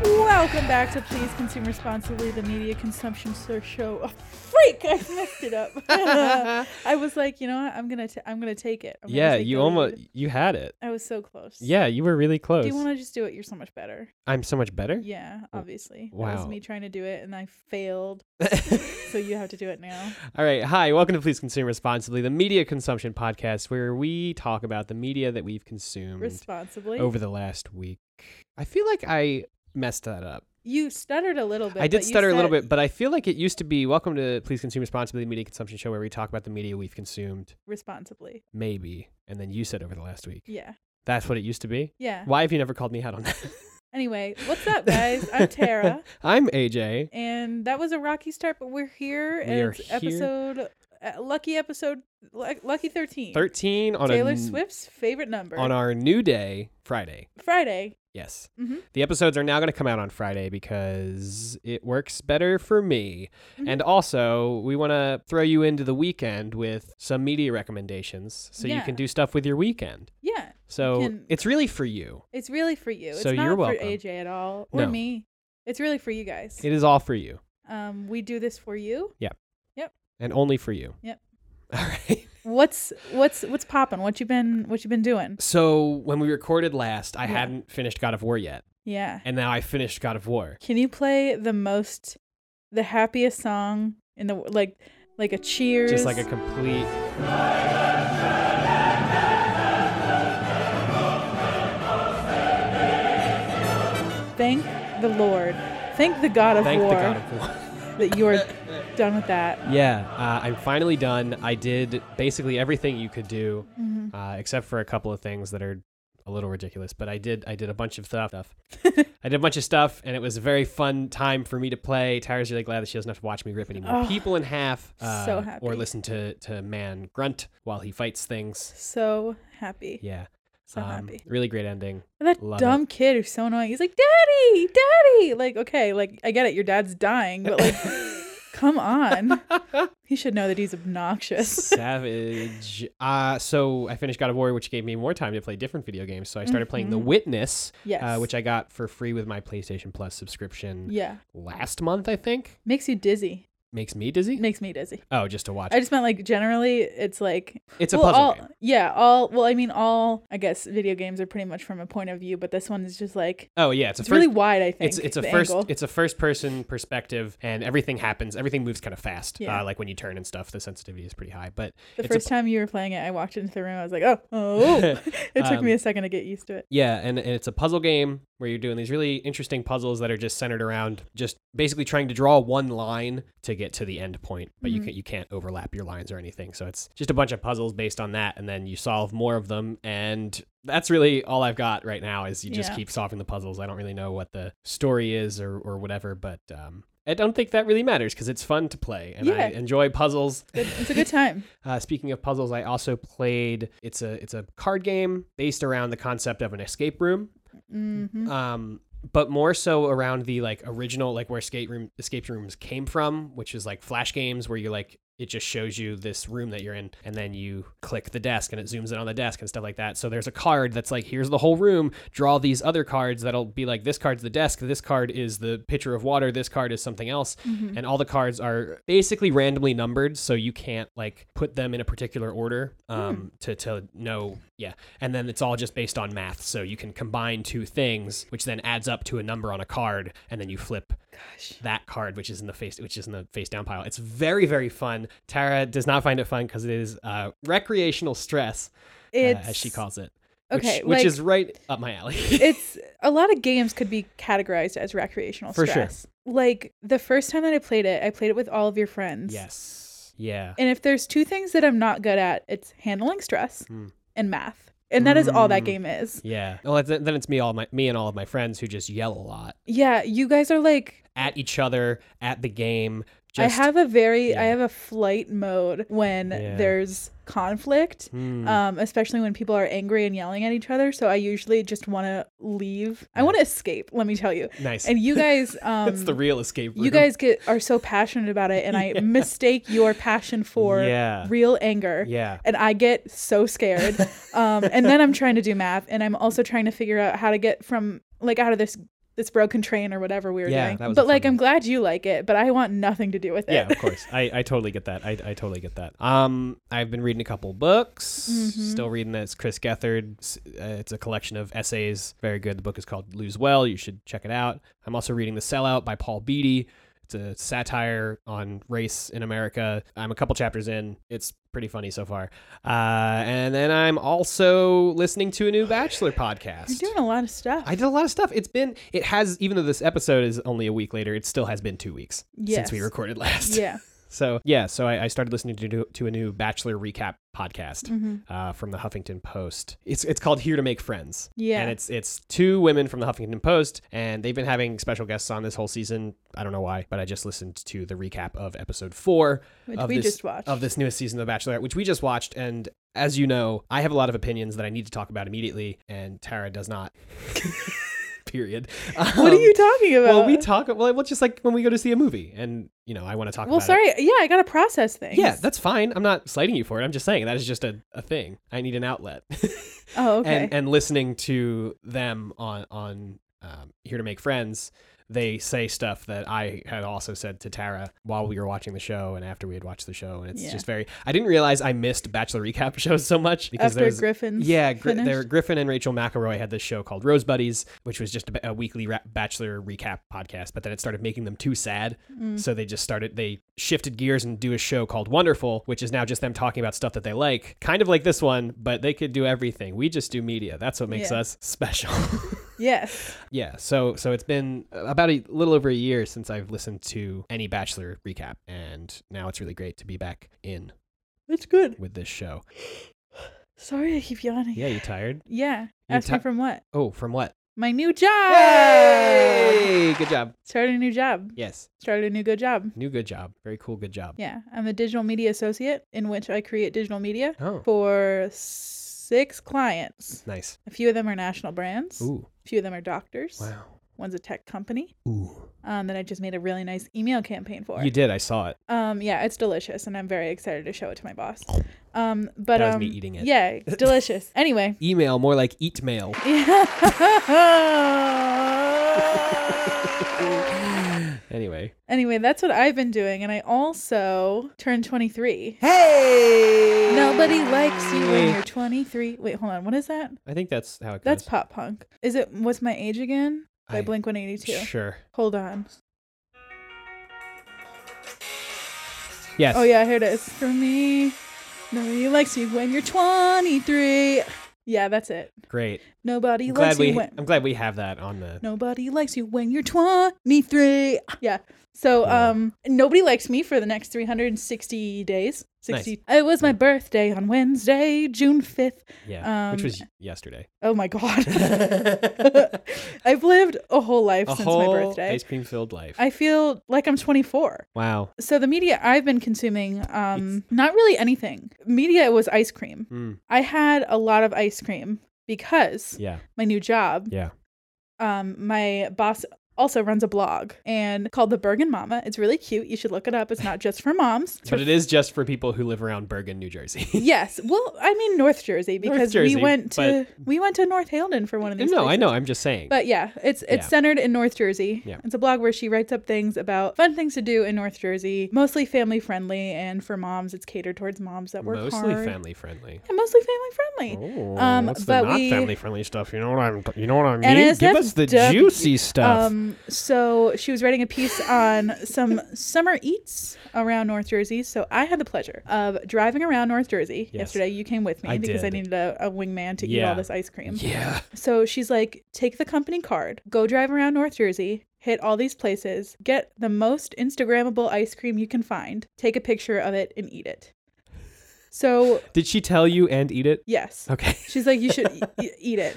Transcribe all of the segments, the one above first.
Welcome back to Please Consume Responsibly, the media consumption sur- show. Oh, freak! I messed it up. I was like, you know what? I'm gonna, t- I'm gonna take it. I'm gonna yeah, take you the lead. almost you had it. I was so close. Yeah, you were really close. Do you want to just do it? You're so much better. I'm so much better. Yeah, obviously. That wow. was me trying to do it, and I failed. so you have to do it now. All right. Hi. Welcome to Please Consume Responsibly, the media consumption podcast where we talk about the media that we've consumed Responsibly. Mm. over the last week. I feel like I messed that up. you stuttered a little bit. I did but you stutter a little said- bit, but I feel like it used to be Welcome to Please Consume Responsibly, the media consumption show where we talk about the media we've consumed, Responsibly. maybe. And then you said over the last week. Yeah. That's what it used to be. Yeah. Why have you never called me out on that? Anyway, what's up, guys? I'm Tara, I'm AJ. and that was a rocky start, but we're here, and We are it's here. episode uh, lucky episode lu- lucky thirteen. 13 on Taylor a n- Swift's favorite number on our new day, Friday. Friday. Yes. Mhm. The episodes are now going to come out on Friday because it works better for me. Mhm. And also, we want to throw you into the weekend with some media recommendations so you Yeah. can do stuff with your weekend. Yeah, So can- it's really for you. it's really for you. It's So not you're for welcome. AJ at all or No. me. It's really for you guys. It is all for you um, we do this for you. and only for you. Yep. All right. What's what's what's popping? What you been what you been doing? So when we recorded last, I Yeah. hadn't finished God of War yet. Yeah. And now I finished God of War. Can you play the most the happiest song in the like like a cheers? Just like a complete. thank the Lord. Thank the God of Thank War the God of War. that you are done with that. Yeah, uh, I'm finally done. I did basically everything you could do, Mm-hmm. uh, except for a couple of things that are a little ridiculous. But I did. I did a bunch of stuff. stuff. I did a bunch of stuff, and it was a very fun time for me to play. Tyra's really glad that she doesn't have to watch me rip any more Oh, people in half, uh, so happy. or listen to to man grunt while he fights things. So happy. Yeah, So um, happy. Really great ending. And that love dumb kid who's so annoying. He's like, Daddy, Daddy. Like, okay, like I get it, your dad's dying, but like come on. He should know that he's obnoxious. Uh, Savage. Uh, so I finished God of War, which gave me more time to play different video games. So I started playing Mm-hmm. The Witness, Yes. uh, which I got for free with my PlayStation Plus subscription Yeah. last month, I think. Makes you dizzy. Makes me dizzy. Makes me dizzy. oh, just to watch. I just meant like generally, it's like it's a well, puzzle all, game. Yeah, all well, I mean, all I guess video games are pretty much from a point of view, but this one is just like Oh yeah, it's a it's first. really wide. I think it's it's a the first angle. it's a first person perspective, and everything happens. Everything moves kind of fast. Yeah. Uh, like when you turn and stuff, the sensitivity is pretty high. But the it's a first time you were playing it, I walked into the room. I was like, oh, oh. it took Um, me a second to get used to it. Yeah, and, and it's a puzzle game where you're doing these really interesting puzzles that are just centered around just basically trying to draw one line to get to the end point, but Mm-hmm. you can you can't overlap your lines or anything. So it's just a bunch of puzzles based on that, and then you solve more of them. And that's really all I've got right now is you just Yeah. keep solving the puzzles. I don't really know what the story is or or whatever, but um, I don't think that really matters because it's fun to play and Yeah. I enjoy puzzles. Good- It's a good time. Uh, speaking of puzzles, I also played. It's a it's a card game based around the concept of an escape room hmm um but more so around the like original like where escape room escape rooms came from which is like flash games where you're like it just shows you this room that you're in and then you click the desk and it zooms in on the desk and stuff like that so there's a card that's like here's the whole room draw these other cards that'll be like this card's the desk this card is the pitcher of water this card is something else Mm-hmm. and all the cards are basically randomly numbered so you can't like put them in a particular order Hmm. um, to, to know yeah and then it's all just based on math so you can combine two things which then adds up to a number on a card and then you flip Gosh, that card which is in the face which is in the face down pile it's very very fun tara does not find it fun because it is uh, recreational stress uh, it's as she calls it Okay, which, which like- is right up my alley it's a lot of games could be categorized as recreational For sure. stress. Like the first time that I played it, I played it with all of your friends. yes yeah And if there's two things that I'm not good at, it's handling stress Mm. and math. And that is all that Mm. game is. yeah well then then it's me all my me and all of my friends who just yell a lot Yeah, you guys are like at each other at the game just I have a very yeah. I have a flight mode when Yeah. there's conflict. Hmm. Um, especially when people are angry and yelling at each other. So I usually just wanna leave. I wanna escape, let me tell you. nice And you guys um that's the real escape room. you guys get are so passionate about it and I mistake your passion for Yeah. real anger. yeah and I get so scared. um, and then I'm trying to do math, and I'm also trying to figure out how to get from like out of this this broken train or whatever we were Yeah, doing. that was a but like, fun I'm one. glad you like it, but I want nothing to do with it. Yeah, of course. I, I totally get that. I, I totally get that. Um, I've been reading a couple books. Mhm. Still reading this Chris Gethard. S- Uh, it's a collection of essays. Very good. The book is called Lose Well. You should check it out. I'm also reading The Sellout by Paul Beatty. It's a satire on race in America. I'm a couple chapters in. It's pretty funny so far. Uh, and then I'm also listening to a new Bachelor podcast. You're doing a lot of stuff. I did a lot of stuff. It's been, it has, even though this episode is only a week later, it still has been two weeks since we Yes. recorded last. yeah. So yeah, so I, I started listening to do- to a new Bachelor recap podcast Mhm. uh, from the Huffington Post. It's it's called Here to Make Friends. Yeah. And it's it's two women from the Huffington Post, and they've been having special guests on this whole season. I don't know why, but I just listened to the recap of episode four Which of we this, just watched. of this newest season of The Bachelorette, which we just watched. And as you know, I have a lot of opinions that I need to talk about immediately, and Tara does not. Period. what are Um, you talking about? Well, we talk. Well, just like when we go to see a movie, and you know, I want to talk. Well, about it. sorry. Yeah, I got to process things. Yeah, that's fine. I'm not slating you for it. I'm just saying that is just a, a thing. I need an outlet. oh, okay. and and listening to them on on um, here to make friends, they say stuff that I had also said to Tara while we were watching the show and after we had watched the show, and it's Yeah. just very. I didn't realize I missed Bachelor recap shows so much because After there's. Griffin's Yeah, Gri- finished. there, Griffin and Rachel McElroy had this show called Rose Buddies, which was just a, ba- a weekly ra- Bachelor recap podcast. But then it started making them too sad, Mm-hmm. Mm, so they just started they shifted gears and do a show called Wonderful, which is now just them talking about stuff that they like, kind of like this one, but they could do everything. We just do media. That's what makes Yeah. us special. Yes. yeah. So so it's been about a little over a year since I've listened to any Bachelor recap, and now it's really great to be back in That's good. with this show. Sorry, I keep yawning. Yeah, you tired? Yeah. You're Ask me ti- from what? Oh, from what? My new job. Hey, good job. Started a new job. Yes, Started a new good job. new good job. Very cool, good job. Yeah. I'm a digital media associate in which I create digital media Oh, for six clients. nice. A few of them are national brands. Ooh, A few of them are doctors. wow. One's a tech company Ooh, um, that I just made a really nice email campaign for. you did. I saw it. Um, yeah, it's delicious, and I'm very excited to show it to my boss. Um, but Oh. That was um, me eating it. Yeah, delicious. anyway, Email, more like eat mail. anyway. anyway, that's what I've been doing, and I also turned 23. Hey. Nobody likes you when you're 23. Wait, hold on. What is that? I think that's how it That's goes. pop punk. Is it What's My Age Again by I- Blink 182? Sure. Hold on. Yes. Oh, yeah, here it is. For me, nobody likes you when you're 23. Yeah, that's it. Great. Nobody I'm likes glad you we. when. I'm glad we have that on the. Nobody likes you when you're 23. Yeah. So Yeah. um nobody likes me for the next 360 days. 60. It was my birthday on Wednesday, June 5th. Yeah. which um, was yesterday. Oh my god. A I've lived a whole life since my whole birthday. ice cream filled life. I feel like I'm 24. wow. So the media I've been consuming um not really anything. Media was ice cream. Mm, I had a lot of ice cream because yeah. my new job. Yeah. Um, my boss also runs a blog and called the Bergen Mama. It's really cute. You should look it up. It's not just for moms. It's But for- it is just for people who live around Bergen, New Jersey. yes. Well, I mean North Jersey because Jersey, we went to we went to North Haledon for one of these. no, I places. know. I'm just saying. But yeah, it's it's Yeah. centered in North Jersey. Yeah. It's a blog where she writes up things about fun things to do in North Jersey, mostly family friendly and for moms it's catered towards moms that work Mostly hard. family friendly. Yeah, mostly family friendly. Oh, Um, what's but the not we- family friendly stuff? You know what I'm. You know what I mean. NSFW, Give us the juicy stuff. Um, so she was writing a piece on some summer eats around North Jersey. So I had the pleasure of driving around North Jersey Yes. yesterday. You came with me I because I did. needed a, a wingman to eat Yeah. all this ice cream. yeah. So she's like, take the company card, go drive around North Jersey, hit all these places, get the most Instagrammable ice cream you can find, take a picture of it, and eat it. So Did she tell you and eat it? yes, Okay. she's like, you should e- e- eat it.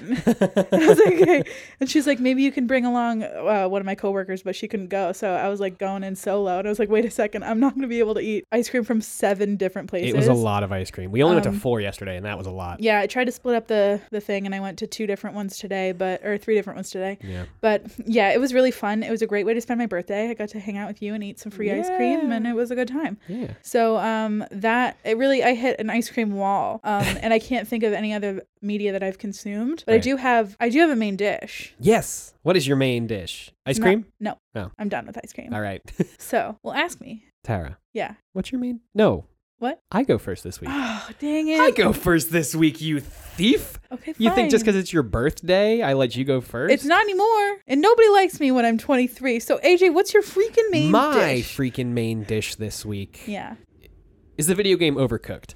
And I was like, okay. And she's like, maybe you can bring along uh, one of my coworkers, but she couldn't go. So I was like going in solo. And I was like, wait a second, I'm not going to be able to eat ice cream from seven different places. It was a lot of ice cream. We only went Um, to four yesterday, and that was a lot. Yeah, I tried to split up the, the thing and I went to two different ones today, but, or three different ones today. Yeah. But yeah, it was really fun. It was a great way to spend my birthday. I got to hang out with you and eat some free ice cream and it was a good time. Yeah. So um that it really I hit an ice cream wall. Um, and I can't think of any other media that I've consumed. But I Right. do have I do have a main dish. Yes. What is your main dish? Ice Not- cream? No. No. I'm done with ice cream. All right. So, well, ask me. Tara, Yeah. what's your main? No. What? I go first this week. Oh, dang it. I go first this week, you thief. okay, fine. You think just because it's your birthday, I let you go first? it's not anymore, and nobody likes me when I'm 23. So AJ, what's your freaking main My dish? freaking main dish this week yeah. is the video game Overcooked.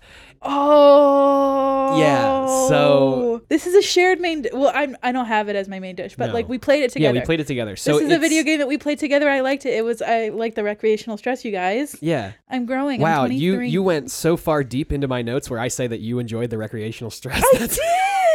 Oh. so- this is a shared main. Di- well, I'm I don't have it as my main dish, but No. like we played it together. Yeah, we played it together. So This is a it's- video game that we played together. I liked it. It was I like the recreational stress, you guys. Yeah. I'm growing. Wow, I'm you 23. you went so far deep into my notes where I say that you enjoyed the recreational stress. I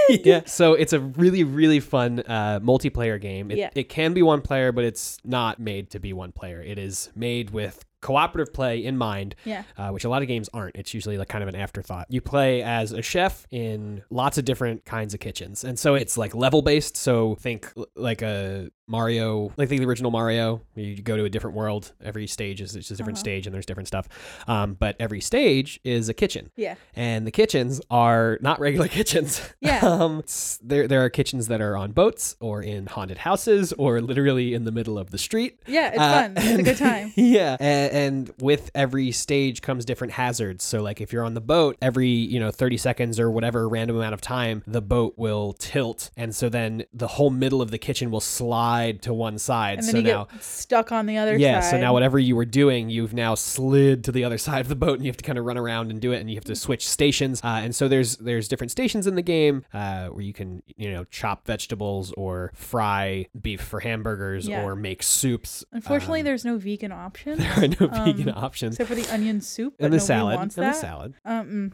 did. yeah. So it's a really really fun uh, multiplayer game. It, Yeah. it can be one player, but it's not made to be one player. It is made with cooperative play in mind Yeah. uh, which a lot of games aren't. It's usually like kind of an afterthought. You play as a chef in lots of different kinds of kitchens, and so it's like level based. So think l- like a Mario, like the original Mario. where You go to a different world. Every stage is it's just a different Uh-huh. stage, and there's different stuff. Um, but every stage is a kitchen, Yeah. and the kitchens are not regular kitchens. Yeah. um, it's- there there are kitchens that are on boats or in haunted houses or literally in the middle of the street. Yeah. It's Uh, fun. It's a good time. yeah. And, and with every stage comes different hazards. So like if you're on the boat, every, you know, 30 seconds or whatever random amount of time, the boat will tilt. And so then the whole middle of the kitchen will slide to one side. And then so you now get stuck on the other yeah, side. so now whatever you were doing, you've now slid to the other side of the boat, and you have to kind of run around and do it, and you have Mm-hmm. to switch stations. Uh, and so there's there's different stations in the game uh, where you can you know chop vegetables or fry beef for hamburgers Yeah. or make soups. Unfortunately, Um, there's no vegan option there are no vegan um, options. except for the onion soup. But And the nobody salad. And Wants the that. salad. Um. mm.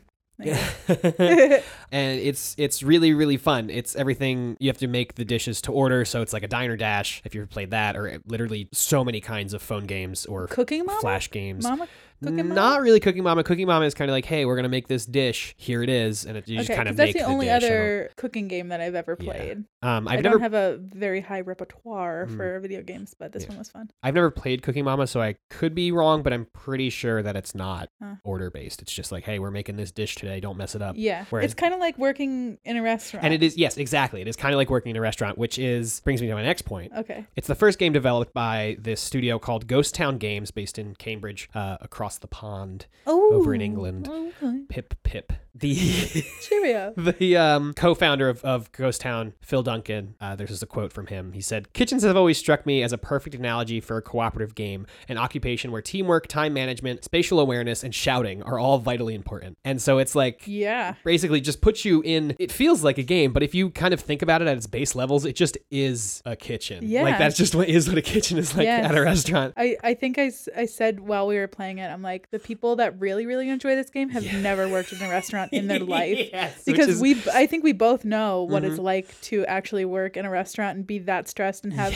and it's it's really really fun. It's everything you have to make the dishes to order, so it's like a diner dash if you've played that, or literally so many kinds of phone games or Cooking mama. flash games. Mama. Cooking mama. Not really Cooking Mama. Cooking Mama is kind of like, hey, we're gonna make this dish. Here it is, and it, you just okay, kind of 'cause that's the make only dish. I don't- other cooking game that I've ever Yeah. played. Um, I've I never, don't have a very high repertoire Mm. for video games, but this Yeah. one was fun. I've never played Cooking Mama, so I could be wrong, but I'm pretty sure that it's not Huh. order based. It's just like, hey, we're making this dish today. Don't mess it up. Yeah, whereas- it's kind of like working in a restaurant. And it is yes, exactly. It is kind of like working in a restaurant, which is brings me to my next point. okay. It's the first game developed by this studio called Ghost Town Games, based in Cambridge, uh, across the pond. Oh, Over in England. Okay. Pip pip. The Cheerio. the um, co-founder of, of Ghost Town, Phil Duncan. Uh, there's just a quote from him. He said, "Kitchens have always struck me as a perfect analogy for a cooperative game, an occupation where teamwork, time management, spatial awareness, and shouting are all vitally important." And so it's like. yeah. Basically, just puts you in. It feels like a game, but if you kind of think about it at its base levels, it just is a kitchen. Yeah. like that's just what is what a kitchen is like Yes. at a restaurant. I, I think I, s- I said while we were playing it, I'm like, the people that really, really enjoy this game have never worked in a restaurant in their life. Yes, which Because is- Mm-hmm. we, I think we both know what it's like to actually work in a restaurant and be that stressed and have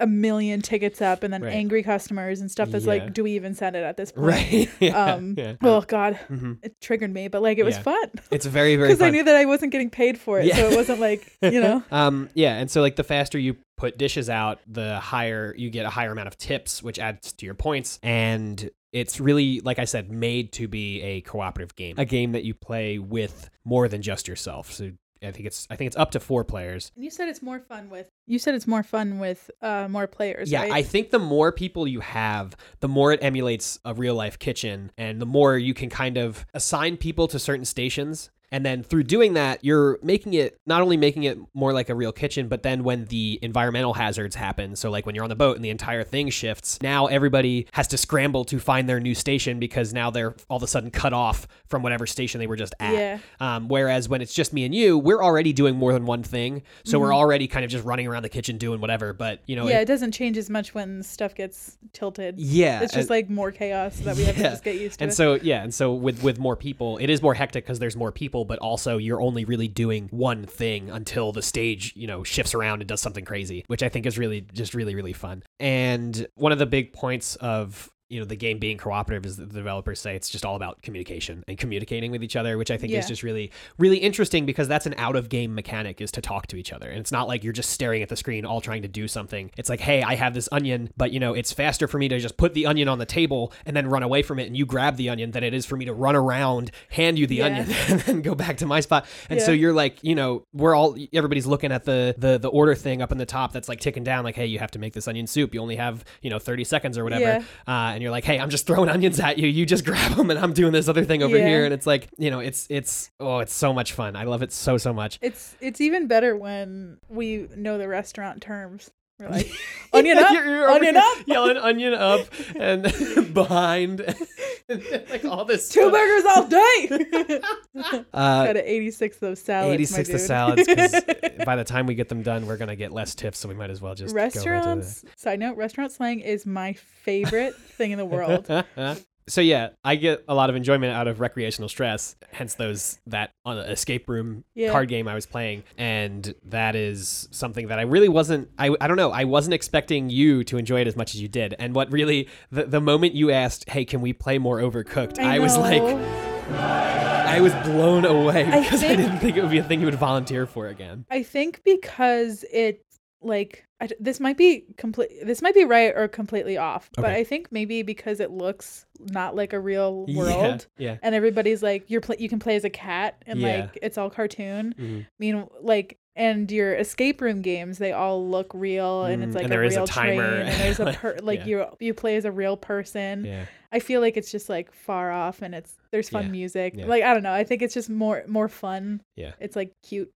a million tickets up and then Right. angry customers and stuff. That's Yeah. like, do we even send it at this point? right. Yeah, Um, yeah. Oh God, Mhm. it triggered me, but like it was Yeah. fun It's very very. because I fun. knew that I wasn't getting paid for it, Yeah. so it wasn't like you know. um yeah and so like the faster you put dishes out the higher you get a higher amount of tips which adds to your points and it's really like i said made to be a cooperative game a game that you play with more than just yourself so i think it's i think it's up to four players And you said it's more fun with you said it's more fun with uh, more players. yeah right? i think the more people you have the more it emulates a real life kitchen and the more you can kind of assign people to certain stations and then through doing that you're making it not only making it more like a real kitchen but then when the environmental hazards happen so like when you're on the boat and the entire thing shifts now everybody has to scramble to find their new station because now they're all of a sudden cut off from whatever station they were just at Yeah. um, whereas when it's just me and you we're already doing more than one thing so Mm-hmm. we're already kind of just running around the kitchen doing whatever but you know yeah, it doesn't change as much when stuff gets tilted. yeah, it's just and- like more chaos that we have to yeah. just get used to. and it. so yeah, and so with with more people, it is more hectic because there's more people, but also you're only really doing one thing until the stage you know shifts around and does something crazy, which I think is really just really really fun. And one of the big points of you know the game being cooperative as the developers say it's just all about communication and communicating with each other which i think Yeah. is just really really interesting because that's an out of game mechanic is to talk to each other and it's not like you're just staring at the screen all trying to do something it's like hey i have this onion but you know it's faster for me to just put the onion on the table and then run away from it and you grab the onion than it is for me to run around hand you the Yeah. onion and then go back to my spot and so Yeah. you're like you know we're all everybody's looking at the the the order thing up in the top that's like ticking down like hey you have to make this onion soup you only have you know 30 seconds or Yeah. whatever uh, and you're like, hey, I'm just throwing onions at you. You just grab them, and I'm doing this other thing over Yeah. here. And it's like, you know, it's it's oh, it's so much fun. I love it so so much. It's it's even better when we know the restaurant terms. We're like onion up, You're- you're over onion here up, yelling onion up, and behind, like all this two stuff. burgers all day. Uh, Out of eighty six of those salads. my 86 the dude. salads because by the time we get them done, we're gonna get less tips, so we might as well just restaurants. side note: restaurant slang is my favorite thing in the Go world. right to the- So yeah, I get a lot of enjoyment out of recreational stress, hence those that on the escape room Yeah. card game I was playing, and that is something that I really wasn't. I, I don't know. I wasn't expecting you to enjoy it as much as you did. And what really the, the moment you asked, "Hey, can we play more Overcooked?" I, was like, know. I was blown away I because I think- didn't think it would be a thing you would volunteer for again. I think because it like I d this might be complete. This might be right or completely off, but Okay. I think maybe because it looks not like a real Yeah, world. Yeah. and everybody's like you're pl- you can play as a cat and Yeah. like it's all cartoon I Mhm. mean like and your escape room games they all look real and Mm, it's like and a there is a real timer, train and there's a like, per- like yeah. you you play as a real person Yeah. i feel like it's just like far off and it's there's fun Yeah, music yeah. like i don't know i think it's just more more fun Yeah. it's like cute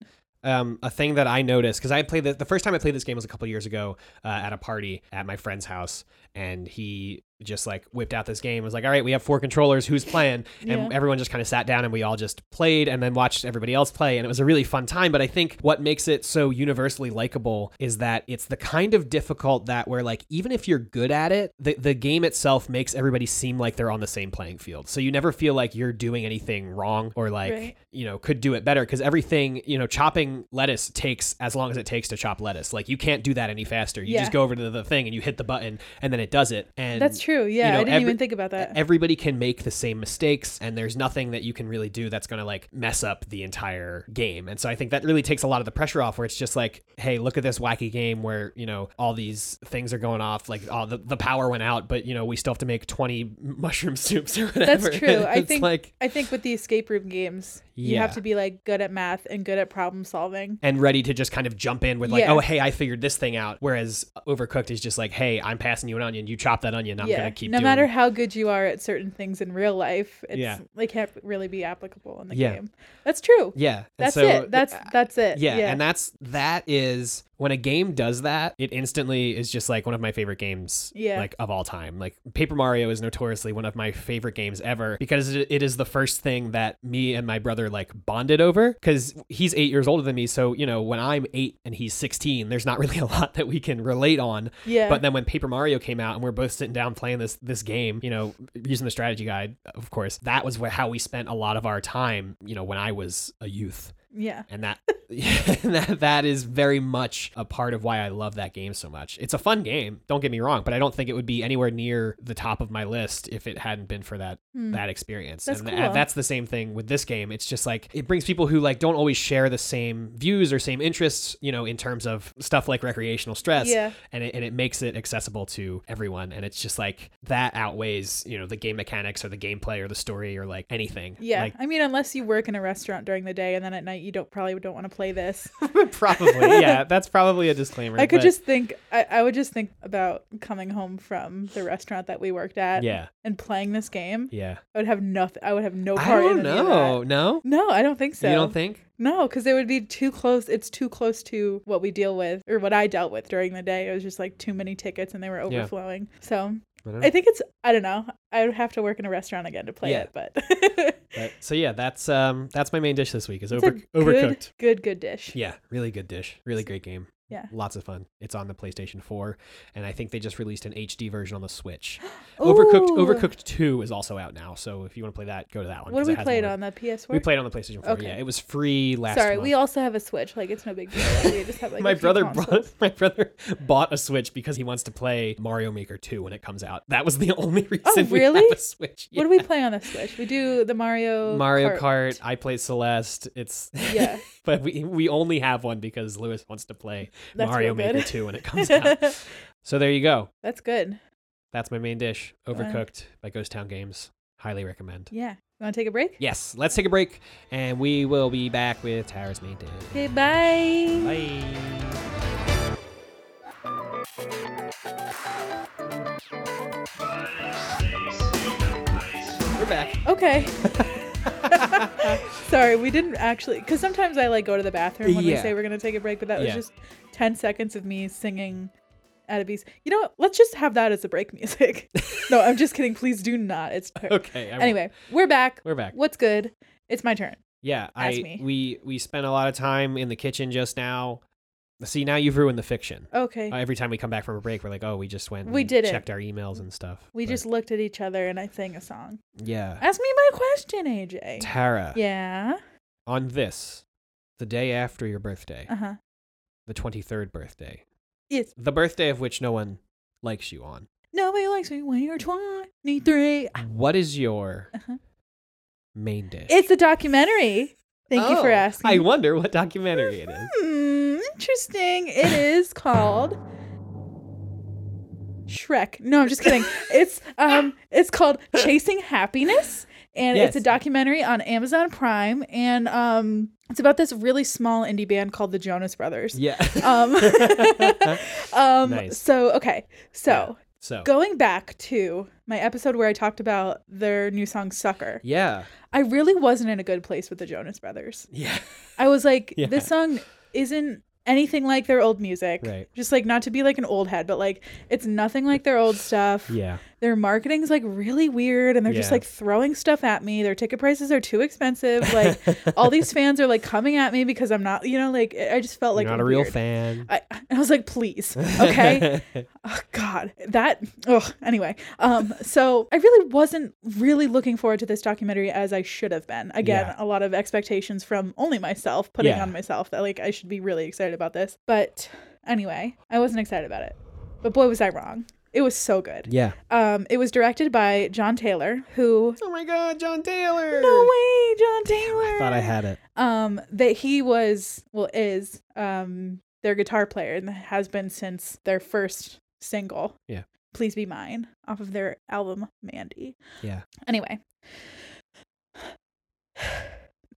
um, a thing that I noticed because I played the, the first time I played this game was a couple years ago uh, at a party at my friend's house, and he just like whipped out this game. Was like, all right, we have four controllers. Who's playing? And Yeah. everyone just kind of sat down and we all just played and then watched everybody else play. And it was a really fun time. But I think what makes it so universally likable is that it's the kind of difficult that where, like, even if you're good at it, the, the game itself makes everybody seem like they're on the same playing field. So you never feel like you're doing anything wrong or like, Right. you know, could do it better because everything, you know, chopping lettuce takes as long as it takes to chop lettuce. Like, you can't do that any faster. You Yeah. just go over to the thing and you hit the button and then it does it. And that's true yeah know, i didn't every- even think about that everybody can make the same mistakes and there's nothing that you can really do that's going to like mess up the entire game and so i think that really takes a lot of the pressure off where it's just like hey look at this wacky game where you know all these things are going off like oh the, the power went out but you know we still have to make 20 mushroom soups or whatever that's true i It's think like i think with the escape room games you have Yeah. to be like good at math and good at problem solving and ready to just kind of jump in with like, Yeah. oh hey, I figured this thing out. Whereas Overcooked is just like, hey, I'm passing you an onion. You chop that onion. I'm gonna keep no doing matter how good you are at certain things in real life it's Yeah. they can't really be applicable in the Yeah. game that's true yeah. And that's so- uh, it that's that's it Yeah, and that's that is when a game does that, it instantly is just like one of my favorite games Yeah. like of all time. Like Paper Mario is notoriously one of my favorite games ever because it, it is the first thing that me and my brother like bonded over cuz he's 8 years older than me, so you know, when I'm 8 and he's 16, there's not really a lot that we can relate on. yeah But then when Paper Mario came out and we are both sitting down playing this this game, you know, using the strategy guide, of course, that was where, how we spent a lot of our time, you know, when I was a youth yeah and that, that that is very much a part of why I love that game so much. It's a fun game, don't get me wrong, but I don't think it would be anywhere near the top of my list if it hadn't been for that Hmm. that experience. That's and cool. th- that's the same thing with this game. It's just like it brings people who like don't always share the same views or same interests, you know, in terms of stuff like recreational stress yeah and it, and it makes it accessible to everyone and it's just like that outweighs, you know, the game mechanics or the gameplay or the story or like anything. yeah Like i mean unless you work in a restaurant during the day and then at night you don't probably don't want to play this probably. Yeah, that's probably a disclaimer. i could but- just think I, I would just think about coming home from the restaurant that we worked at Yeah, and playing this game yeah. i would have nothing i would have no I part don't in any of that. know. No, no i don't think so you don't think? No, because it would be too close. It's too close to what we deal with or what I dealt with during the day. It was just like too many tickets and they were overflowing. So I don't know. I think it's, I don't know. I would have to work in a restaurant again to play Yeah. it, but But- so yeah, that's um that's my main dish this week is It's over a overcooked. Good, good, good dish. Yeah, really good dish. Really great game. Yeah. Lots of fun. It's on the PlayStation 4, and I think they just released an HD version on the Switch. Overcooked Ooh. Overcooked 2 is also out now, so if you want to play that, go to that one. What 'cause do we that has play it more- on? The PS4? We played on the PlayStation 4. Okay. Yeah, it was free last Sorry, month. we also have a Switch. Like, it's no big deal. Like, we just have, like, my a few brother consoles. bought, my brother bought a Switch because he wants to play Mario Maker 2 when it comes out. That was the only reason we Oh, really? have a Switch. What do we play on the Switch? We do the Mario Mario Kart. I played Celeste. It's Yeah. but we we only have one because Lewis wants to play That's Mario real good. Maker 2 when it comes out. So there you go. That's good. That's my main dish, Fun. Overcooked by Ghost Town Games. Highly recommend. Yeah. You want to take a break? Yes, let's take a break and we will be back with Tara's main dish. Okay, bye. Bye. We're back. Okay. Sorry, we didn't actually. Because sometimes I like go to the bathroom when we Yeah. say we're gonna take a break, but that was Yeah. just ten seconds of me singing at a beast. You know what? Let's just have that as the break music. no, I'm just kidding. Please do not. It's per- Okay. I won't. anyway. We're back. we're back. What's good? It's my turn. Yeah, I Ask me. we we spent a lot of time in the kitchen just now. See, now you've ruined the fiction. Okay. Uh, every time we come back from a break, we're like, oh, we just went. We and did it. Checked our emails and stuff. we But, just looked at each other and I sang a song. yeah. Ask me my question, AJ. Tara, Yeah. on this, the day after your birthday, Uh huh. the twenty third birthday, Yes. the birthday of which no one likes you on. Nobody likes me when you're 23. What is your Uh-huh. main dish? It's a documentary. Thank you for Oh, asking. I wonder what documentary it is. Hmm, interesting. It is called Shrek. No, I'm just kidding. It's um it's called Chasing Happiness and it's a Yes. documentary on Amazon Prime and um it's about this really small indie band called the Jonas Brothers. Yeah. Um, um Nice. so okay. So, so. going back to my episode where I talked about their new song Sucker. Yeah. I really wasn't in a good place with the Jonas Brothers. Yeah. I was like, Yeah. this song isn't anything like their old music. Right. Just like not to be like an old head, but like it's nothing like their old stuff. Yeah. Their marketing's like really weird and they're just Yeah. like throwing stuff at me. Their ticket prices are too expensive. Like all these fans are like coming at me because I'm not, you know, like I just felt like You're not a real weird. fan. I, I was like, please, okay, oh god that oh anyway um so i really wasn't really looking forward to this documentary as i should have been again Yeah. a lot of expectations from only myself putting Yeah. on myself that like i should be really excited about this but anyway i wasn't excited about it but boy was i wrong it was so good yeah. um it was directed by john taylor who Oh my god, John Taylor. no way john taylor Thought I had it. um that he was well is um their guitar player and has been since their first single Yeah. please be mine off of their album mandy Yeah. anyway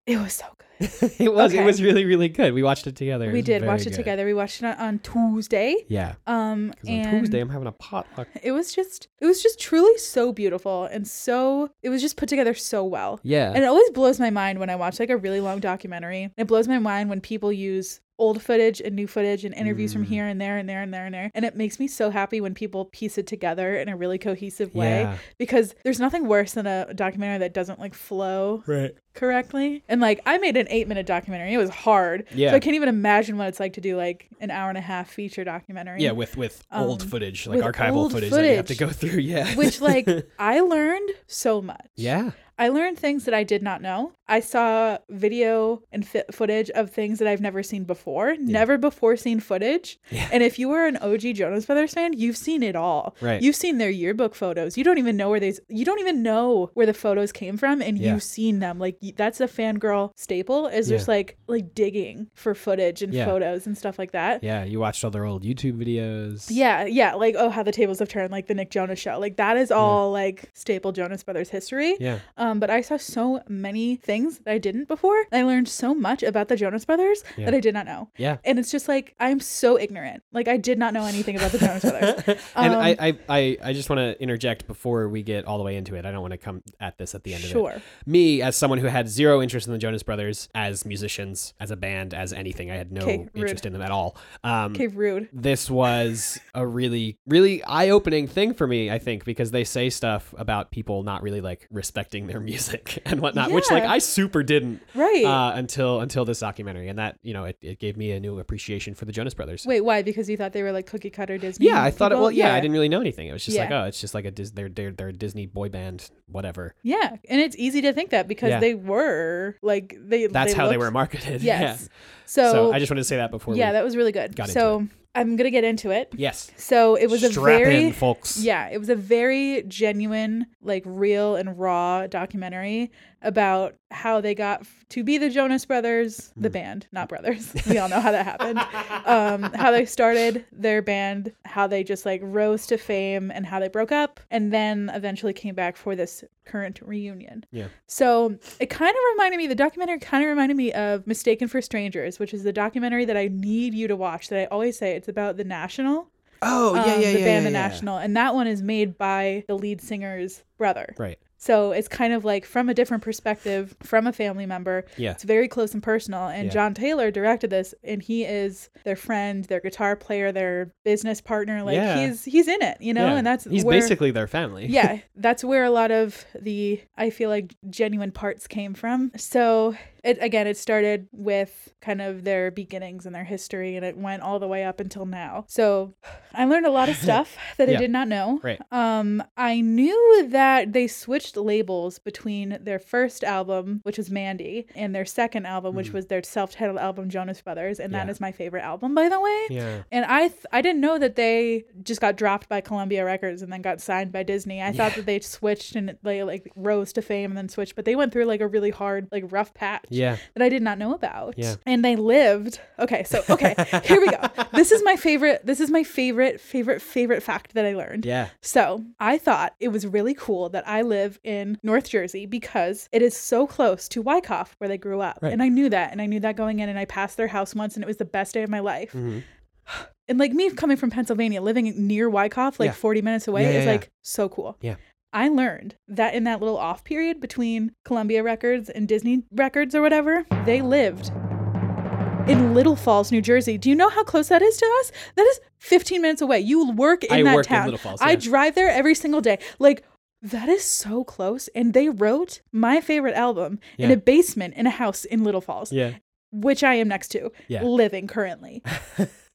it was so good it was it Okay. was really really good. We watched it together. It we was did very watch it good. together we watched it on, on tuesday Yeah. um Cuz on and Tuesday I'm having a potluck. it was just it was just truly so beautiful and so it was just put together so well Yeah. And it always blows my mind when I watch like a really long documentary. It blows my mind when people use old footage and new footage and interviews from Mm. here and there and there and there and there. And it makes me so happy when people piece it together in a really cohesive way yeah. because there's nothing worse than a documentary that doesn't like flow Right. correctly. And like I made an 8-minute documentary. It was hard. Yeah. So I can't even imagine what it's like to do like an hour and a half feature documentary. yeah, with with old um, footage, like with archival old footage, that you have to footage. go through. Yeah. Which like I learned so much. Yeah. I learned things that I did not know. I saw video and fi- footage of things that I've never seen before, never before seen footage. Yeah. And if you are an OG Jonas Brothers fan, you've seen it all. Right. You've seen their yearbook photos. You don't even know where these. You don't even know where the photos came from, and Yeah. you've seen them. Like y- that's a fangirl staple is just like like digging for footage and Yeah. photos and stuff like that. yeah, you watched all their old YouTube videos. Yeah, yeah, like oh how the tables have turned, like the Nick Jonas show, like that is all like staple Jonas Brothers history. Yeah. Um, but I saw so many things that I didn't before. I learned so much about the Jonas Brothers Yeah. that I did not know. Yeah. And it's just like I'm so ignorant. Like I did not know anything about the Jonas Brothers. and Um, I, I, I, I just want to interject before we get all the way into it. I don't want to come at this at the end of it. Hmm. Sure. me as someone who had zero interest in the Jonas Brothers as musicians, as a band, as anything. I had no Okay, rude. interest in them at all. Um, Okay, rude. This was a really, really eye opening thing for me, I think, because they say stuff about people not really like respecting her music and whatnot, which like Yeah. I super didn't Right. uh, until until this documentary, and that you know it, it gave me a new appreciation for the Jonas Brothers. Wait, why? Because you thought they were like cookie cutter Disney. yeah, I thought it. people? Well, yeah, I didn't really know anything. It was just like, Yeah. oh, it's just like a Dis- they're they're they're a Disney boy band, whatever. Yeah, and it's easy to think that because Yeah. they were like they. That's how they looked- were marketed. Yes. Yeah. So, So I just wanted to say that before. yeah, We, that was really good. got into so I'm gonna get into it. yes. So it was Strap a very in, folks. yeah, it was a very genuine, like real and raw documentary about how they got f- to be the Jonas Brothers, the band, not brothers. We all know how that happened. um, how they started their band, how they just like rose to fame, and how they broke up, and then eventually came back for this current reunion. Yeah. So it kind of reminded me, the documentary kind of reminded me of Mistaken for Strangers, which is the documentary that I need you to watch that I always say it's about the National. Oh um, the band The National. And that one is made by the lead singer's brother. Right. So it's kind of like from a different perspective, from a family member. Yeah. It's very close and personal. And Yeah. John Taylor directed this, and he is their friend, their guitar player, their business partner. Like Yeah. he's he's in it, you know. Yeah. And that's he's where, basically their family. yeah, that's where a lot of the I feel like genuine parts came from. So it again, it started with kind of their beginnings and their history, and it went all the way up until now. So I learned a lot of stuff that Yeah. I did not know. Right. Um, I knew that they switched labels between their first album, which was Mandy, and their second album, which Mhm. was their self-titled album Jonas Brothers, and that Yeah. is my favorite album, by the way. Yeah. And I th- I didn't know that they just got dropped by Columbia Records and then got signed by Disney. I thought Yeah. that they switched and they like rose to fame and then switched, but they went through like a really hard like rough patch Yeah. that I did not know about. Yeah. And they lived. Okay, so okay, here we go. This is my favorite this is my favorite favorite favorite fact that I learned. Yeah. So, I thought it was really cool that I live in North Jersey because it is so close to Wyckoff where they grew up. Right. And I knew that and I knew that going in and I passed their house once and it was the best day of my life Mhm. and like me coming from Pennsylvania, living near Wyckoff, like Yeah. 40 minutes away, Yeah, yeah, is yeah. like so cool. Yeah. I learned that in that little off period between Columbia Records and Disney Records or whatever, they lived in Little Falls, New Jersey. Do you know how close that is to us? That is 15 minutes away. You work in I that work in town. Little Falls, I yeah. drive there every single day. Like, that is so close. And they wrote my favorite album in Yeah. a basement in a house in Little Falls Yeah. which I am next to, Yeah. living currently.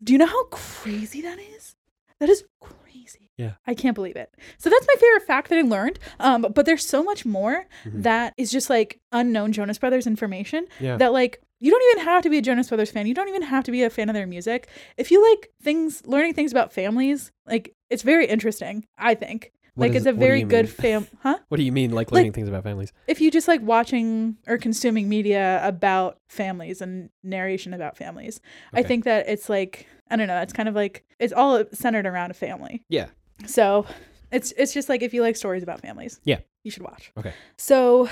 Do you know how crazy that is? That is crazy. Yeah. I can't believe it. So that's my favorite fact that I learned. Um, but there's so much more Mhm. that is just like unknown Jonas Brothers information Yeah. that like you don't even have to be a Jonas Brothers fan. You don't even have to be a fan of their music. If you like things, learning things about families, like it's very interesting. I think What like it's is- a what do very you good mean? fam. Huh? What do you mean, like learning things about families? if you just like watching or consuming media about families and narration about families, I Okay. think that it's like I don't know, it's kind of like it's all centered around a family. Yeah. So it's it's just like if you like stories about families. Yeah. You should watch. Okay. So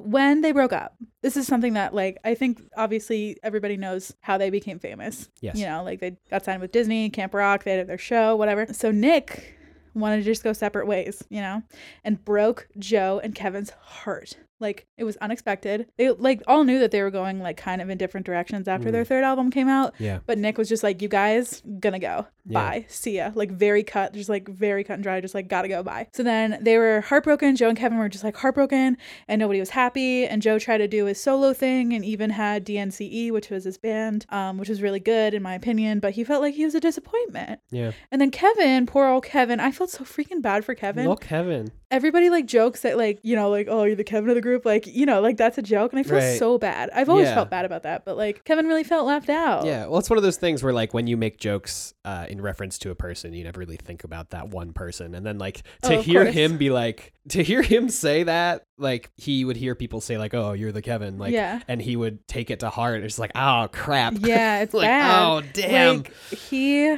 when they broke up, this is something that like I think obviously everybody knows how they became famous. Yes. You know, like they got signed with Disney, Camp Rock, they had their show, whatever. So Nick wanted to just go separate ways, you know, and broke Joe and Kevin's heart. Like it was unexpected. They like all knew that they were going like kind of in different directions after their third album came out. Yeah. But Nick was just like, "You guys, gonna go. Yeah. Bye. See ya." Like very cut, just like very cut and dry. Just like gotta go. Bye. So then they were heartbroken. Joe and Kevin were just like heartbroken, and nobody was happy. And Joe tried to do his solo thing, and even had DNCE, E, which was his band, um, which was really good in my opinion. But he felt like he was a disappointment. Yeah. And then Kevin, poor old Kevin, I felt so freaking bad for Kevin Look, heaven. everybody like jokes that like you know like oh you're the kevin of the group like you know like that's a joke and i feel Right. so bad i've always Yeah. felt bad about that but like kevin really felt left out Yeah, well, it's one of those things where, like, when you make jokes uh, in reference to a person, you never really think about that one person. And then, like, to Oh, of hear course. him be like, to hear him say that, like, he would hear people say, like, oh, you're the Kevin. Like, Yeah. and he would take it to heart. It's like, oh, crap. yeah it's like, bad oh, damn. like he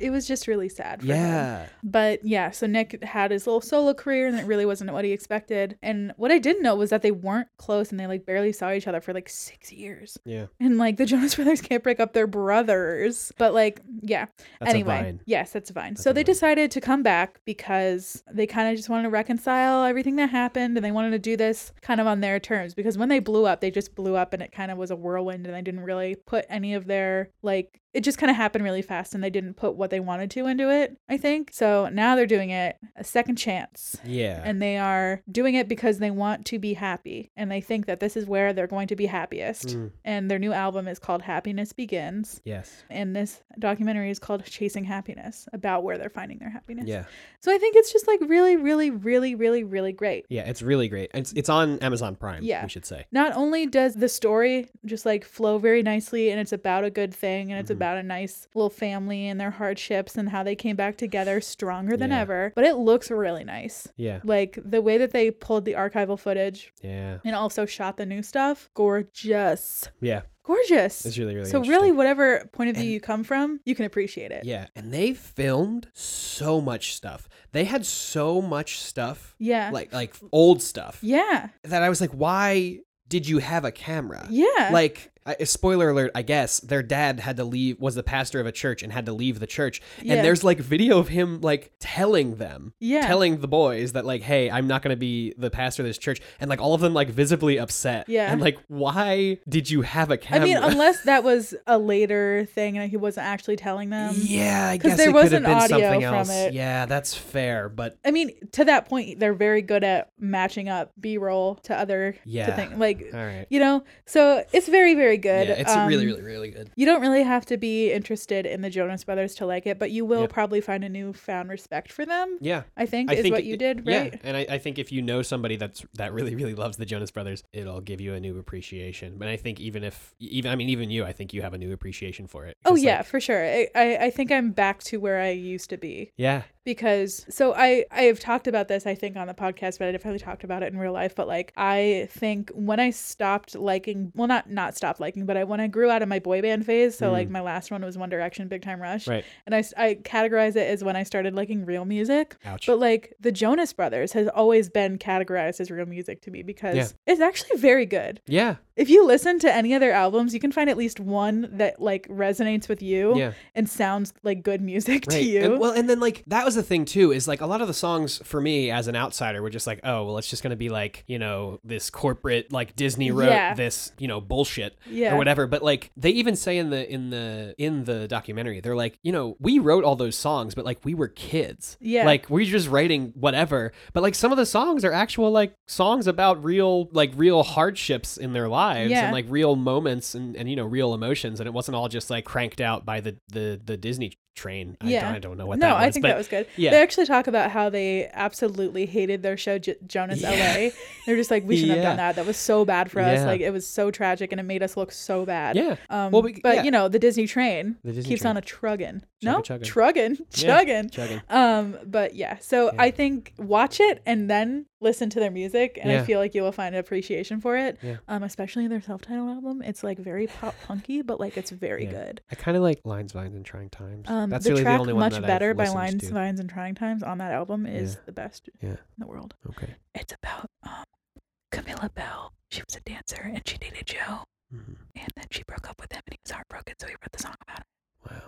it was just really sad for him. yeah. But yeah, so Nick had his little solo career and it really wasn't what he expected. And what I didn't know was that they weren't close and they like barely saw each other for like six years. Yeah. And like the Jonas Brothers can't break up their brothers. But like, yeah. That's a anyway, Vine. yes, that's a vine. That's so a they Vine. decided to come back because they kind of just wanted to reconcile everything that happened and they wanted to do this kind of on their terms because when they blew up, they just blew up and it kind of was a whirlwind and they didn't really put any of their like it just kind of happened really fast and they didn't put what they wanted to into it, I think. So now they're doing it a second chance. Yeah. And they are doing it because they want to be happy. And they think that this is where they're going to be happiest. Mm, And their new album is called Happiness Begins. yes. And this documentary is called Chasing Happiness, about where they're finding their happiness. Yeah. So I think it's just like really, really, really, really, really great. Yeah. It's really great. It's it's on Amazon Prime. Yeah. We should say. Not only does the story just like flow very nicely and it's about a good thing and it's Mhm. about a nice little family and their hardships and how they came back together stronger than Yeah. ever, but it looks really nice. Yeah. Like the way that they pulled the archival footage Yeah. and also shot the new stuff, gorgeous. Yeah. Gorgeous. It's really really. so interesting. really whatever point of view you come from, you can appreciate it. Yeah, and they filmed so much stuff. They had so much stuff, Yeah. like like old stuff, yeah. that I was like, why did you have a camera? Yeah. Like, I, eh, spoiler alert, I guess their dad had to leave, was the pastor of a church and had to leave the church. Yeah. And there's like video of him like telling them, yeah. telling the boys that like, hey, I'm not going to be the pastor of this church. And like all of them like visibly upset. Yeah. And like, why did you have a I camera? mean, unless that was a later thing and he wasn't actually telling them. yeah, I 'cause guess there it could have wasn't been audio something from else. it. Yeah, that's fair, but I mean, to that point, they're very good at matching up B roll to other to Yeah. thing. Like, all right. you know, so it's very, very good. Yeah, it's Um, really, really, really good. You don't really have to be interested in the Jonas Brothers to like it, but you will Yeah. probably find a newfound respect for them. Yeah, I think I is think what it- you did, yeah, right? and I, I think if you know somebody that's that really, really loves the Jonas Brothers, it'll give you a new appreciation. But I think even if e, even I mean even you, I think you have a new appreciation for it. Oh 'Cause, yeah, like, for sure. I, I I think I'm back to where I used to be. yeah, because so I I have talked about this I think on the podcast, but I definitely talked about it in real life. But like I think when I stopped liking, well, not not stopped liking, but I when I grew out of my boy band phase, so Mm. like my last one was One Direction, Big Time Rush, right. and I s- I categorize it as when I started liking real music. Ouch. But like the Jonas Brothers has always been categorized as real music to me because Yeah. it's actually very good. yeah, If you listen to any of their albums, you can find at least one that like resonates with you yeah, and sounds like good music right. to you. And, well, and then like that was the thing too is like a lot of the songs for me as an outsider were just like, oh, well, it's just gonna be like you know this corporate like Disney wrote Yeah. this you know bullshit. yeah. or whatever but like they even say in the in the in the documentary they're like you know we wrote all those songs but like we were kids Yeah. like we're just writing whatever but like some of the songs are actual like songs about real like real hardships in their lives Yeah. and like real moments and, and you know real emotions and it wasn't all just like cranked out by the the the disney train I, Yeah. don't, I don't know what no, that was I think but that was good. yeah. They actually talk about how they absolutely hated their show J- Jonas Yeah. LA. They're just like, we shouldn't have Yeah. done that. That was so bad for us. Yeah. Like it was so tragic and it made us look so bad. yeah Um, Well, we- but yeah. you know, the Disney train The Disney keeps train. on a truggin. No, chuggin'. truggin, Yeah. chuggin. chugging Um, but yeah, so Yeah. I think watch it and then listen to their music, and I Yeah. feel like you will find appreciation for it. Yeah. Um, especially their self-titled album. It's like very pop punky, but like it's very Yeah. good. i kind of like lines vines and trying times Um, that's the really track the only "Much one that Better" I've by listened Lines, to. Vines, and Trying Times on that album is Yeah. the best Yeah. in the world. okay It's about um, Camilla Bell. She was a dancer and she dated Joe, Mhm. and then she broke up with him and he was heartbroken, so he wrote the song about it. wow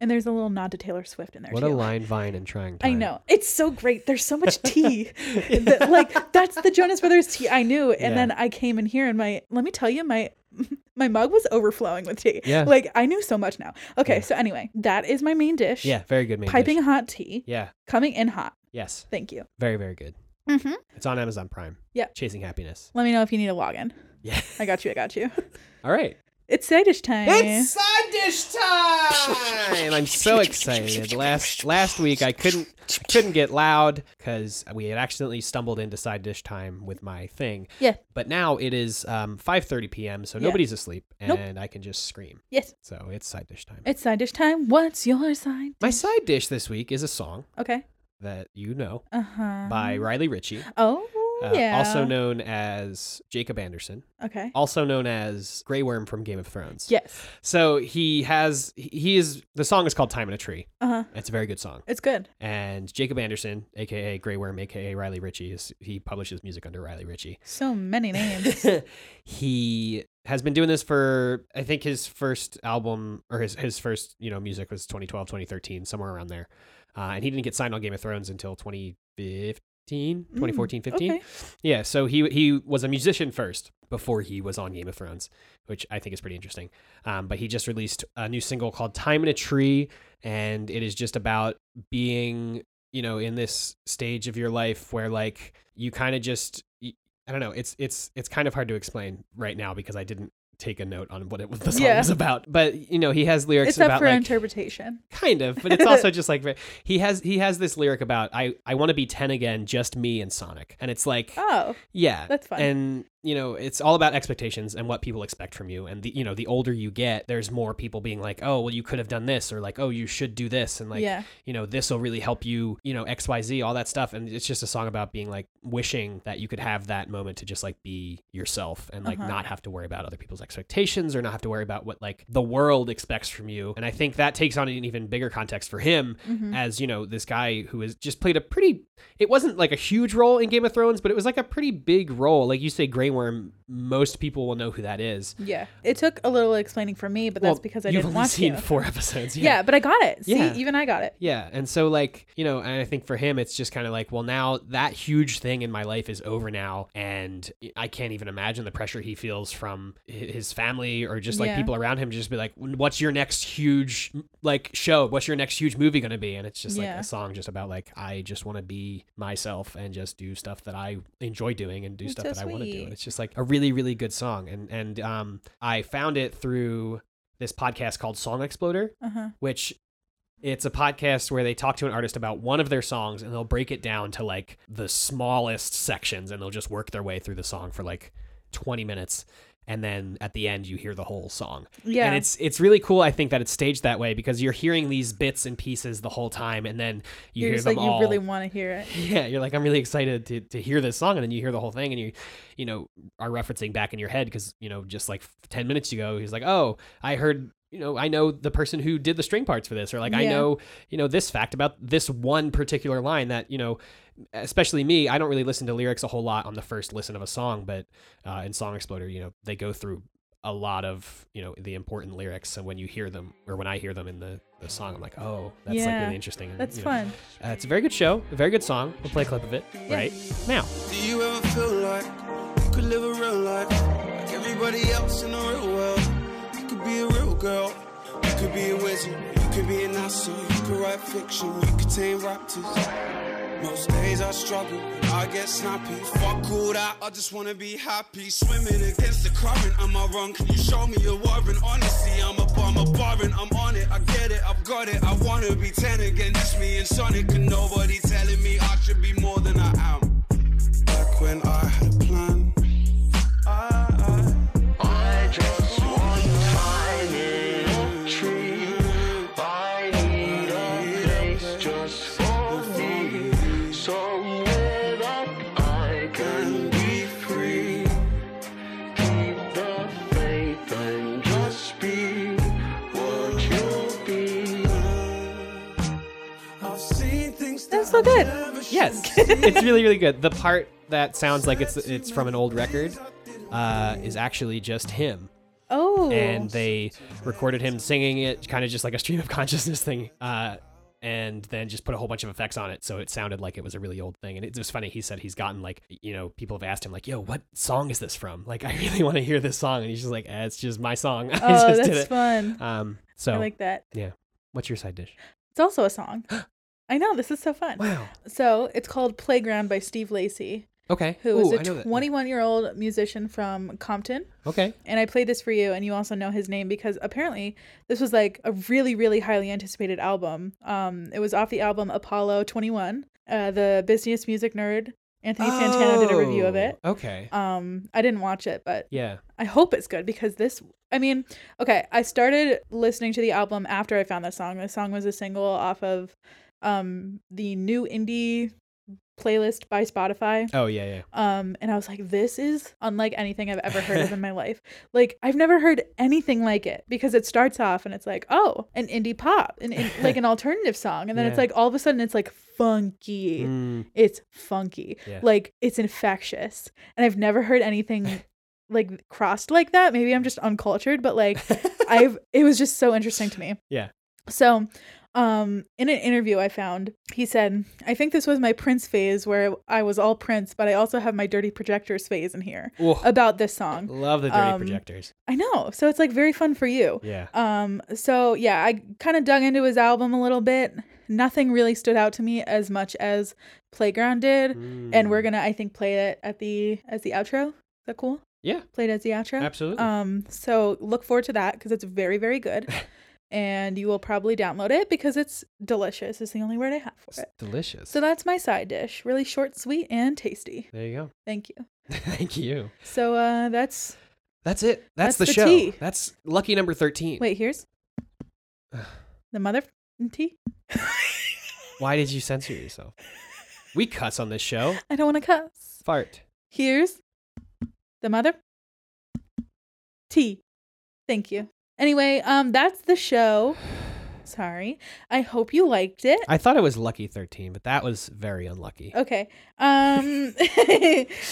And there's a little nod to Taylor Swift in there what too. a line vine and trying time I know it's so great. There's so much tea. That- like that's the Jonas Brothers tea I knew, and Yeah. then I came in here and my let me tell you my my mug was overflowing with tea. Yeah. like I knew so much now. Okay, Yeah. so anyway, that is my main dish. Yeah, very good main piping dish. hot tea Yeah, coming in hot. yes, Thank you. very very good. Mm-hmm. It's on Amazon Prime. Yep. Chasing Happiness. Let me know if you need a login. Yeah. I got you. I got you. All right. It's side dish time. side dish time. I'm so excited. Last last week I couldn't I couldn't get loud because we had accidentally stumbled into side dish time with my thing. Yeah. But now it is um, 5:30 p.m. so Yeah. nobody's asleep and Nope. I can just scream. yes, So it's side dish time. it's side dish time. What's your side? my side dish this week is a song Okay. that you know Uh huh. by Riley Ritchie. Oh uh, yeah. also known as Jacob Anderson, Okay. also known as Grey Worm from Game of Thrones. Yes. So he has he- he is the song is called Time in a Tree. Uh huh. It's a very good song. It's good. And Jacob Anderson, aka Grey Worm, aka Riley Ritchie, is he publishes music under Riley Ritchie. So many names. he has been doing this for I think his first album or his his first, you know, music was 2012, 2013, somewhere around there. Uh, and he didn't get signed on Game of Thrones until 2015 15, Mm, 2014, 15. Okay. Yeah, so he he was a musician first before he was on Game of Thrones, which I think is pretty interesting. Um, but he just released a new single called "Time in a Tree," and it is just about being you know in this stage of your life where like you kind of just y- I don't know. It's it's it's kind of hard to explain right now because I didn't take a note on what it was the song Yeah. was about. But you know, he has lyrics It's up about for like interpretation. kind of but it's also just like very- he has he has this lyric about i i want to be 10 again just me and sonic and it's like Oh, yeah that's fun. and you know it's all about expectations and what people expect from you and the you know the older you get there's more people being like oh well you could have done this or like oh you should do this and like yeah. you know this will really help you you know xyz all that stuff and it's just a song about being like wishing that you could have that moment to just like be yourself and like Uh-huh. not have to worry about other people's expectations or not have to worry about what like the world expects from you and i think that takes on an even bigger context for him Mhm. as you know this guy who has just played a pretty it wasn't like a huge role in game of thrones but it was like a pretty big role like you say gray worm most people will know who that is Yeah. It took a little explaining for me, but that's Well, because I you've didn't only watch seen it. four episodes Yeah. but I got it. See, Yeah. even I got it. yeah. And so, like, you know, and I think for him, it's just kind of like, well, now that huge thing in my life is over now. And I can't even imagine the pressure he feels from hi- his family or just like Yeah. people around him to just be like, what's your next huge, like, show? What's your next huge movie going to be? And it's just like Yeah. a song just about, like, I just want to be myself and just do stuff that I enjoy doing and do That's stuff so that I want to do. sweet. And it's just like a really, really good song. And, and, um, I found it through this podcast called Song Exploder Uh-huh. which it's a podcast where they talk to an artist about one of their songs and they'll break it down to like the smallest sections and they'll just work their way through the song for like 20 minutes and then at the end you hear the whole song Yeah. and it's it's really cool i think that it's staged that way because you're hearing these bits and pieces the whole time and then you You're hear just them like all you really want to hear it. yeah you're like i'm really excited to, to hear this song and then you hear the whole thing and you you know are referencing back in your head because you know just like 10 minutes ago he's like oh i heard you know i know the person who did the string parts for this or like i Yeah. know you know this fact about this one particular line that you know especially me i don't really listen to lyrics a whole lot on the first listen of a song but uh, in song exploder you know they go through a lot of you know the important lyrics and when you hear them or when i hear them in the, the song i'm like oh that's like Yeah. really interesting and, That's you know, fun. uh, it's a very good show, a very good song. We'll play a clip of it right now. Do you ever feel like you could live a real life like everybody else in the real world? You could be a real girl, you could be a wizard, you could be an asshole, you could write fiction, you could tame raptors. Most days I struggle, I get snappy. Fuck all that, I just wanna be happy. Swimming against the current, am I wrong? Can you show me a warrant? Honestly, I'm a bomber, barring, I'm on it, I get it, I've got it. I wanna be 10 again, just me and Sonic, and nobody telling me I should be more than I am. Back when I had a plan. I, I just want time in a tree. I need a place just for me. Somewhere that I can be free. Keep the faith and just be what you'll be. I've seen things That's that so good. I've never Yes, seen. it's really really good. The part that sounds like it's it's from an old record uh, is actually just him, Oh. and they recorded him singing it, kind of just like a stream of consciousness thing. Uh, and then just put a whole bunch of effects on it, so it sounded like it was a really old thing. And it was funny. He said he's gotten like, you know, people have asked him like, "Yo, what song is this from?" Like, I really want to hear this song, and he's just like, eh, "It's just my song. I oh, just that's did it." fun. Um, so, I like that. what's your side dish? It's also a song. I know this is so fun. Wow. So it's called "Playground" by Steve Lacy, Okay. who is Ooh, I know a that. 21-year-old musician from Compton. Okay. and I played this for you, and you also know his name because apparently this was like a really, really highly anticipated album. Um, it was off the album Apollo 21. Uh, the busiest music nerd Anthony Santana did a review of it. Oh, Okay. Um, I didn't watch it, but Yeah. I hope it's good because this. I mean, okay, I started listening to the album after I found this song. This song was a single off of um the new indie playlist by Spotify. Oh yeah, yeah. Um, and I was like, this is unlike anything I've ever heard of in my life. Like, I've never heard anything like it because it starts off and it's like, oh, an indie pop, and in, like an alternative song. And then it's Yeah. like, all of a sudden, it's like funky. Mm, It's funky. Yeah. Like, it's infectious. And I've never heard anything like crossed like that. Maybe I'm just uncultured, but like, I've, it was just so interesting to me. Yeah. So, Um, in an interview I found, he said, I think this was my Prince phase where I was all Prince, but I also have my Dirty Projectors phase in here Ooh, about this song. love the dirty um, projectors. I know. So it's like very fun for you. Yeah. Um, so yeah, I kind of dug into his album a little bit. Nothing really stood out to me as much as Playground did. And we're Mm. gonna, I think, play it at the as the outro. Is that cool? Yeah. Play it as the outro. absolutely. Um, so look forward to that because it's very, very good. and you will probably download it because it's delicious, is the only word I have for it's it. delicious. So that's my side dish. Really short, sweet, and tasty. there you go. Thank you. Thank you. So uh that's That's it. That's That's, the, the show. tea. That's lucky number 13. wait, here's the mother f***ing tea. Why did you censor yourself? We cuss on this show. I don't wanna cuss. Fart. Here's the mother tea. Thank you. Anyway, um that's the show. Sorry. I hope you liked it. I thought it was lucky 13, but that was very unlucky. Okay. Um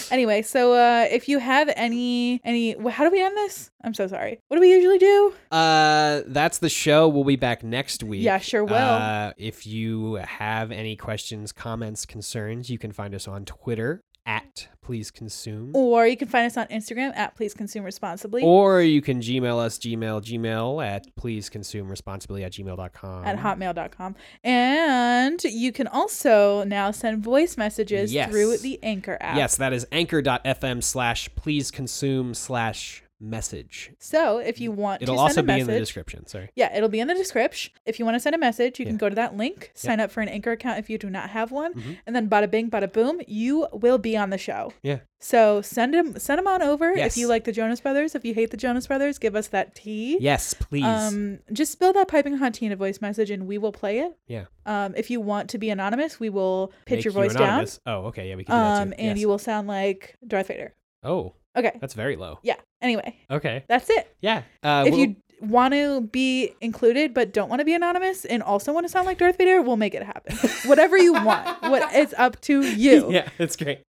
anyway, so uh if you have any any wh- how do we end this? I'm so sorry. What do we usually do? Uh, that's the show. We'll be back next week. Yeah, sure will. Uh, if you have any questions, comments, concerns, you can find us on Twitter at please consume, Or you can find us on Instagram at please consume responsibly or you can Gmail us Gmail Gmail at please consume responsibly at gmail.com. at hotmail.com. And you can also now send voice messages Yes. through the Anchor app. Yes, that is anchor.fm slash please consume slash message. So if you want It'll to also send a be message, in the description. Sorry. Yeah, it'll be in the description. If you want to send a message, you Yeah. can go to that link, sign up for an Anchor account if you do not have one, Mhm. and then bada bing, bada boom, you will be on the show. Yeah. So send them, send them on over Yes. if you like the Jonas Brothers. If you hate the Jonas Brothers, give us that tea. Yes, please. Um, just spill that piping hot tea in a voice message, and we will play it. Yeah. Um, if you want to be anonymous, we will pitch Make your you voice down. anonymous. Oh, okay. Yeah, we can do that Um, too. and Yes. you will sound like Darth Vader. Oh, Okay. that's very low. Yeah. Anyway, Okay. that's it. Yeah. Uh, if we'll- you want to be included but don't want to be anonymous and also want to sound like Darth Vader, we'll make it happen. Whatever you want. What it's up to you. yeah, it's great.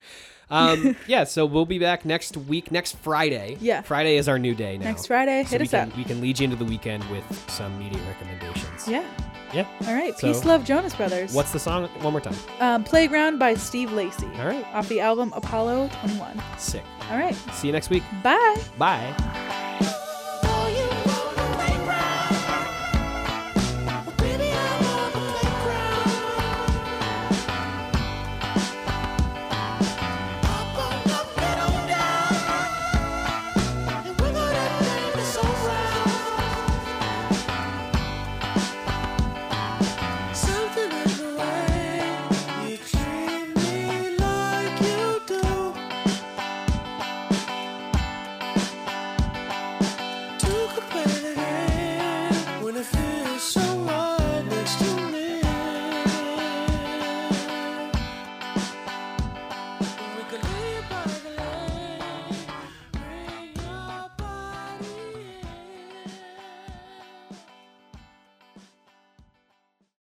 Um, yeah, so we'll be back next week, next Friday. Yeah. Friday is our new day now. Next Friday, So hit we us can, up. We can lead you into the weekend with some media recommendations. Yeah. Yeah. All right. So- Peace, love, Jonas Brothers. What's the song? One more time. um, Playground by Steve Lacy. All right. Off the album Apollo 21. Sick. All right. See you next week. Bye. Bye.